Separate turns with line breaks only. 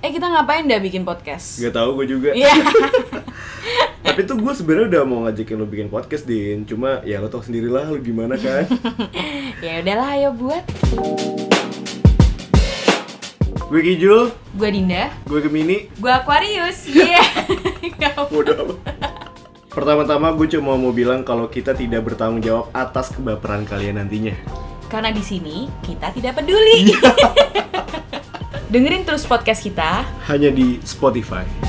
eh kita ngapain dah bikin podcast?
Gak tau gue juga
Iya.
Tapi tuh gue sebenarnya udah mau ngajakin lo bikin podcast, Din Cuma ya lo tau sendirilah lo gimana kan
ya udahlah ayo buat.
Gue Kijul,
Gua Dinda,
gue Gemini
gua Aquarius. Iya. Kau-
Bodoh amat. Pertama-tama gue cuma mau bilang kalau kita tidak bertanggung jawab atas kebaperan kalian nantinya
Karena di sini kita tidak
Iya.
peduli. Dengerin terus podcast kita.
Hanya di Spotify